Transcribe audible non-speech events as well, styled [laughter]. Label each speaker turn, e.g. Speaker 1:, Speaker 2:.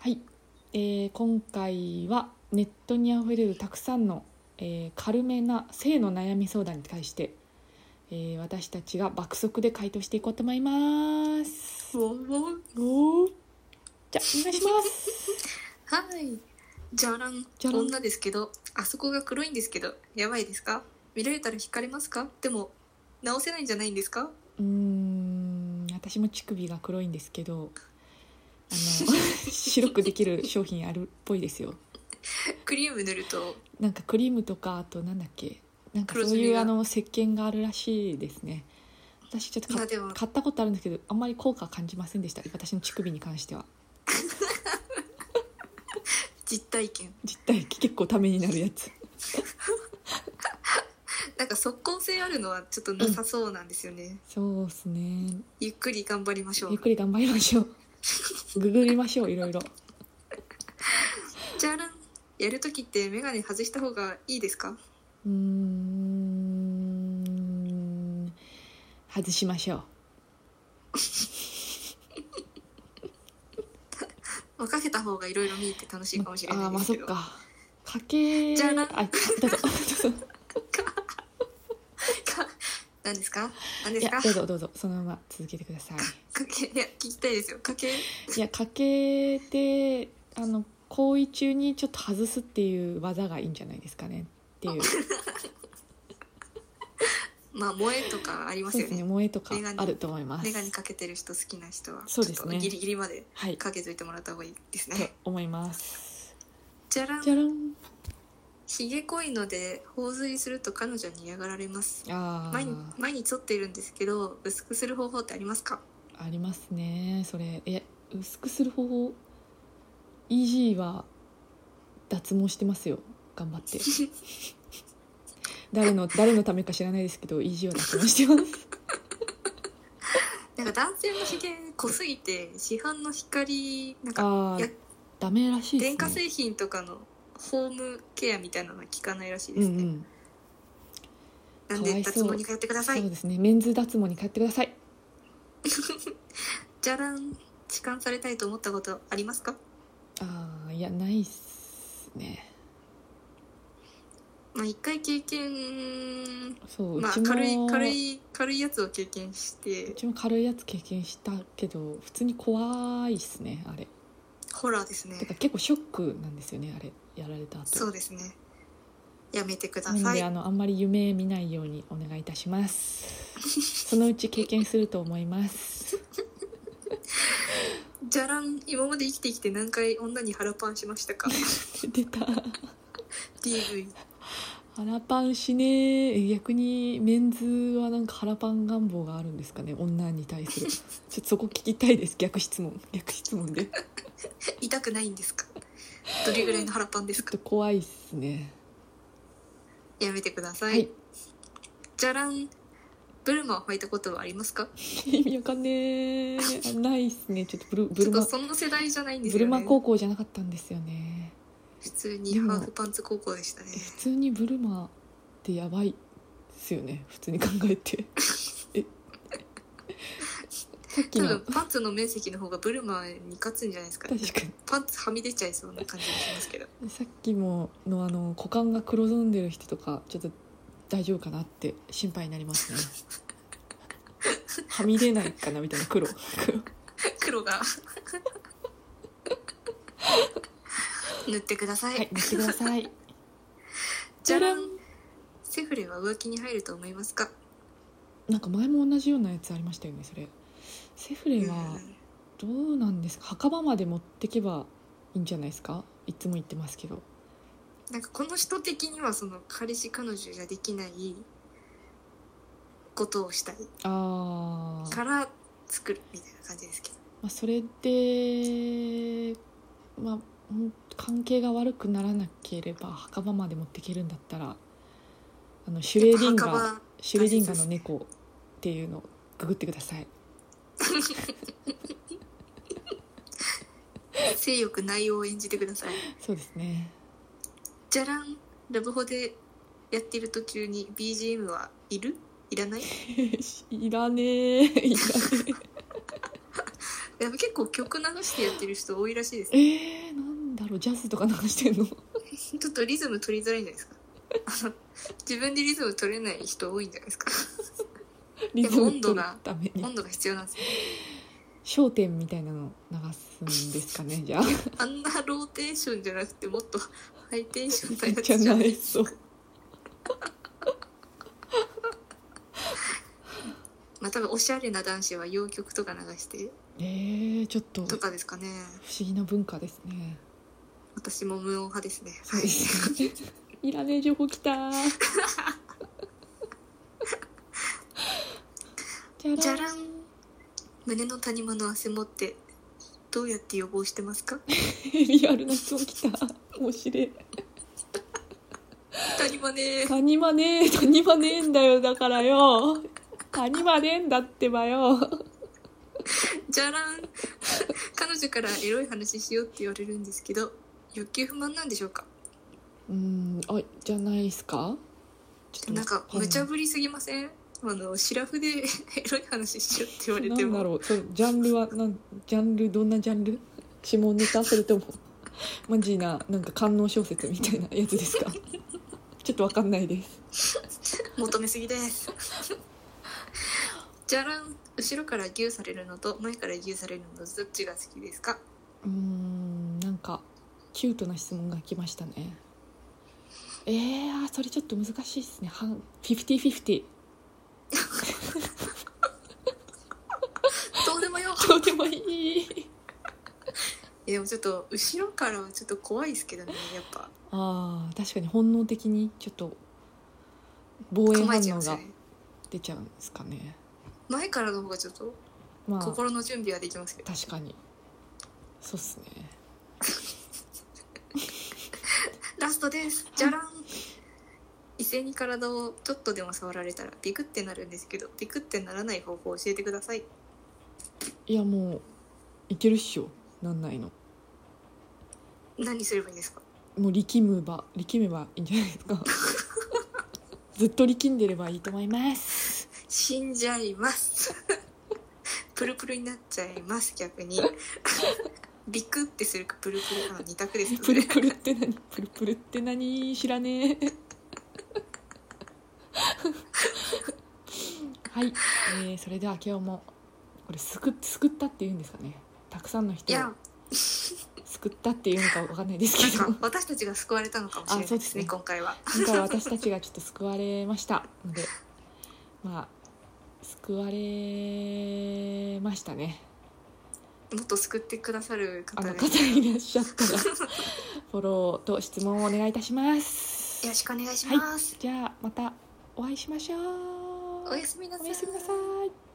Speaker 1: はい、えー今回はネットにあふれるたくさんの、えー軽めな性の悩み相談に対して、えー私たちが爆速で回答していこうと思います。おーじゃあお願いします。
Speaker 2: はい。じゃらん。
Speaker 1: じゃらん
Speaker 2: 女ですけど、あそこが黒いんですけど、やばいですか見られたら惹かれますかでも、直せないんじゃないんですか
Speaker 1: うーん私も乳首が黒いんですけどあの
Speaker 2: [laughs]
Speaker 1: 白くできる商品あるっぽいですよ。
Speaker 2: クリーム塗ると、
Speaker 1: なんかクリームとかあとなんだっけなんかそう
Speaker 2: 黒ず
Speaker 1: い
Speaker 2: み
Speaker 1: う
Speaker 2: が
Speaker 1: あの石鹸があるらしいですね私ちょっと
Speaker 2: い
Speaker 1: か
Speaker 2: やでも
Speaker 1: 買ったことあるんですけどあんまり効果は感じませんでした私の乳首に関しては
Speaker 2: 実体験。
Speaker 1: 実体結構ためになるやつ
Speaker 2: なんか即効性あるのはちょっとなさそうなんですよね。
Speaker 1: そうですね
Speaker 2: ゆっくり頑張りましょ
Speaker 1: ゆっ
Speaker 2: う。
Speaker 1: くり頑張りましょうググりましょういろいろ
Speaker 2: じゃらん。やるときってメガネ外した方がいいですか
Speaker 1: うーん外しましょう
Speaker 2: まあかけた方がいろいろ見えて楽しいかもしれ
Speaker 1: あ
Speaker 2: な
Speaker 1: あ
Speaker 2: い
Speaker 1: ま
Speaker 2: で
Speaker 1: あ
Speaker 2: す
Speaker 1: そっ
Speaker 2: けど。
Speaker 1: かかけ
Speaker 2: じゃあな
Speaker 1: あどうぞどうぞ
Speaker 2: [laughs] か何ですか何で
Speaker 1: い
Speaker 2: す
Speaker 1: や
Speaker 2: か
Speaker 1: どうぞどうぞそのまま続けてください
Speaker 2: かけ、いや、聞きたいですよ。かけ、
Speaker 1: いやかけてあの行為中にちょっと外すっていう技がいいんじゃないですかねっていう
Speaker 2: まあ、萌えとかありま
Speaker 1: そ
Speaker 2: す
Speaker 1: う
Speaker 2: よ
Speaker 1: です
Speaker 2: ね
Speaker 1: ね。萌えとか
Speaker 2: メガネ
Speaker 1: あると思います
Speaker 2: メガネかけてる人好きな人は
Speaker 1: そうですね
Speaker 2: ちょっとギリギリまで
Speaker 1: はいと
Speaker 2: かけといてもらった方がいいですね。
Speaker 1: 思います
Speaker 2: じゃらん
Speaker 1: じゃらん
Speaker 2: ひげ濃いので頬ずりすると彼女に嫌がられます
Speaker 1: あ
Speaker 2: 前に前に剃っているんですけど薄くする方法ってありますか
Speaker 1: あありますねそれえ薄くする方法イージーは脱毛してますよ頑張って
Speaker 2: [laughs]
Speaker 1: 誰の誰のためか知らないですけどイージーは脱毛
Speaker 2: [laughs]
Speaker 1: してます
Speaker 2: なんか男性のひげ濃すぎて市販の光なんか
Speaker 1: あ
Speaker 2: い
Speaker 1: あ
Speaker 2: や
Speaker 1: ダメらしいです
Speaker 2: 電
Speaker 1: ね
Speaker 2: 化製品とかのホームケアみたいなのは効かないらしいで
Speaker 1: う
Speaker 2: す
Speaker 1: んう
Speaker 2: ね、
Speaker 1: ん
Speaker 2: なん
Speaker 1: かわ
Speaker 2: で
Speaker 1: いそう
Speaker 2: 脱毛に通ってくださ
Speaker 1: そう
Speaker 2: い
Speaker 1: ですねメンズ脱毛に通ってください
Speaker 2: じゃらん痴漢されたいと思ったことありますか
Speaker 1: ああいやないっすね
Speaker 2: まあ一回経験
Speaker 1: そう、
Speaker 2: まあ
Speaker 1: うちも
Speaker 2: 軽い軽い軽いやつを経験して
Speaker 1: うちも軽いやつ経験したけど普通に怖いっすねあれ
Speaker 2: ホラーですね
Speaker 1: てか結構ショックなんですよねあれやられた後
Speaker 2: そうですねやめてくだ
Speaker 1: なの
Speaker 2: さい
Speaker 1: であのあんまり夢見ないようにお願いいたしますそのうち経験すると思います [laughs]
Speaker 2: じゃらん今まで生きてきて何回女に腹パンしまし
Speaker 1: [laughs]
Speaker 2: たか
Speaker 1: 出た
Speaker 2: DV
Speaker 1: 腹パンしねー逆にメンズはなんか腹パン願望があるんですかね女に対するちょっとそこ聞きたいです逆質問逆質問で
Speaker 2: 痛くないんですかどれぐらいの腹パンで
Speaker 1: ちょ
Speaker 2: す
Speaker 1: っ
Speaker 2: か
Speaker 1: と怖いっすね
Speaker 2: やめてくださ、
Speaker 1: はいい
Speaker 2: じゃらんブルマを履いたことはありますか
Speaker 1: 意味わかんねえあないっすねちょっとブルブ
Speaker 2: ちょ
Speaker 1: ル
Speaker 2: っと
Speaker 1: マ
Speaker 2: その世代じゃないんです
Speaker 1: ブル
Speaker 2: よ
Speaker 1: マ
Speaker 2: ね
Speaker 1: 高校じゃなかったんですよね
Speaker 2: 普通にハーフパンツ高校でしたね
Speaker 1: 普通にブルマってやばいっすよね普通に考え
Speaker 2: [laughs]
Speaker 1: てえさっき
Speaker 2: 多
Speaker 1: の
Speaker 2: 分
Speaker 1: 確
Speaker 2: パンツの面積の方がブルマに勝つんじゃないですか
Speaker 1: か
Speaker 2: パンツはみ出ちゃいそうな感じがしますけど
Speaker 1: にさっきものあの股間が黒ずんでる人とかちょっと大丈夫かなって心配になります
Speaker 2: [laughs]
Speaker 1: ねはみ出ないかなみたいな黒黒
Speaker 2: 黒が塗ってください、
Speaker 1: はい見てください
Speaker 2: じゃらんセフレは浮気に入ると思いますか
Speaker 1: なんか前も同じようなやつありましたよねそれセフレは
Speaker 2: うん
Speaker 1: どうなんですか墓場まで持ってけばいいんじゃないですかいつも言ってますけど
Speaker 2: なんかこの人的にはその彼氏彼女じゃできないことをしたい
Speaker 1: ああ、
Speaker 2: か
Speaker 1: ま
Speaker 2: ら作るみたいな感じですけど
Speaker 1: あ、それでまあほん関係が悪くならなければ墓場まで持ってけるんだったらあのシュレーディン
Speaker 2: やっぱ
Speaker 1: ガー
Speaker 2: 墓場
Speaker 1: シュレーディンガーの猫っていうのをググってください
Speaker 2: 性欲内容を演じてください
Speaker 1: そうです [laughs] ね
Speaker 2: じゃらんラブホでやってる途中に BGM はいるいらない
Speaker 1: いらねえいらねえ
Speaker 2: や結構曲流してやってる人多いらしいです
Speaker 1: [laughs] え
Speaker 2: ね
Speaker 1: ー、なんだろうジャズとか流してんの
Speaker 2: ちょっとリズム取りづらいんじゃないですか [laughs] あの自分でリズム取れない人多いんじゃないですか
Speaker 1: リズム取
Speaker 2: 温度
Speaker 1: る
Speaker 2: が
Speaker 1: ために
Speaker 2: 温度が必要なんですよ
Speaker 1: 『焦点』みたいなの流すんですかねじゃあ
Speaker 2: あんなローテーションじゃなくてもっとハイテンションなや
Speaker 1: じ
Speaker 2: つ
Speaker 1: ゃ
Speaker 2: じゃ
Speaker 1: な
Speaker 2: ない
Speaker 1: いそう
Speaker 2: まあ多分おしゃれな男子は洋曲とか流して
Speaker 1: えー、ちょっと不
Speaker 2: と
Speaker 1: 思
Speaker 2: かですかね
Speaker 1: 議な文化です
Speaker 2: [laughs]
Speaker 1: ね
Speaker 2: 私も無音派ですね
Speaker 1: そう
Speaker 2: は
Speaker 1: で
Speaker 2: い
Speaker 1: すねいらねえ情報きたーじゃらん
Speaker 2: じゃらん胸の谷間の汗もってどうやって予防してますか
Speaker 1: リアルな質問きた面白い
Speaker 2: 谷間ね
Speaker 1: 谷間ねえ谷間ねえんだよだからよ谷間ねえんだってば
Speaker 2: [laughs]
Speaker 1: よ
Speaker 2: じゃらん [laughs] 彼女からエロい話しようって言われるんですけど欲求不満なんでしょうか
Speaker 1: うんあじゃないっすかちょっ
Speaker 2: なんか
Speaker 1: はい
Speaker 2: 無茶ぶりすぎませんあのシラフで [laughs] エロい話しようって言われて
Speaker 1: なんだ
Speaker 2: も
Speaker 1: ろうそうジャンルはなんジャンルどんなジャンル指紋ネタそれとも [laughs] マジななんか官能小説みたいなやつ [laughs] ですかちょっとわかんないです
Speaker 2: 求めすぎです [laughs] じゃらん後ろからギューされるのと前からギューされるのとどっちが好きですか
Speaker 1: うーんなんかキュートな質問が来ましたねえー、あそれちょっと難しいですね半50-50
Speaker 2: どうでもよ
Speaker 1: どうでもいい
Speaker 2: いやでもちょっと後ろからはちょっと怖いですけどねやっぱ
Speaker 1: [laughs] あー確かに本能的にちょっと防衛
Speaker 2: 構
Speaker 1: 反
Speaker 2: えちゃい
Speaker 1: 応
Speaker 2: ますよ
Speaker 1: が
Speaker 2: ね
Speaker 1: 出ちゃうんですかね
Speaker 2: 前からの方がちょっと
Speaker 1: まあ
Speaker 2: 心の準備はできますけど
Speaker 1: 確かにそうっすね
Speaker 2: ラストですじゃらん異性に体をちょっとでも触られたらビクってなるんですけどビクってならない方法を教えてください
Speaker 1: いやもういけるっしょなんないの
Speaker 2: 何すればいいですか
Speaker 1: もう力むば力めばいいんじゃないです
Speaker 2: [laughs]
Speaker 1: かずっと力んでればいいと思います
Speaker 2: 死んじゃいます [laughs] プルプルになっちゃいます逆に [laughs] ビクってするかプルプルかの二択です
Speaker 1: プ
Speaker 2: ね
Speaker 1: ルプルって何プルプルって何知らねえはい、えーそれでは今日もこれすくすくったって言うんですかねたくさんの
Speaker 2: い
Speaker 1: 人を
Speaker 2: や
Speaker 1: すくったっていうのかわかんないですけ
Speaker 2: な
Speaker 1: ど
Speaker 2: んか私たちが救われたのかもしれない
Speaker 1: あ
Speaker 2: です
Speaker 1: そう
Speaker 2: ね
Speaker 1: ですね
Speaker 2: 今回は
Speaker 1: 今回は私たちがちょっと救われましたのでまあ救われましたね
Speaker 2: もっと救ってくださる
Speaker 1: あ
Speaker 2: 方
Speaker 1: の
Speaker 2: が
Speaker 1: 方いらっしゃったらフォローと質問をお願いいたします
Speaker 2: よろしくお願いします、
Speaker 1: じゃあまたお会いしましょう
Speaker 2: おやすみなさ
Speaker 1: お
Speaker 2: い
Speaker 1: やすみなさい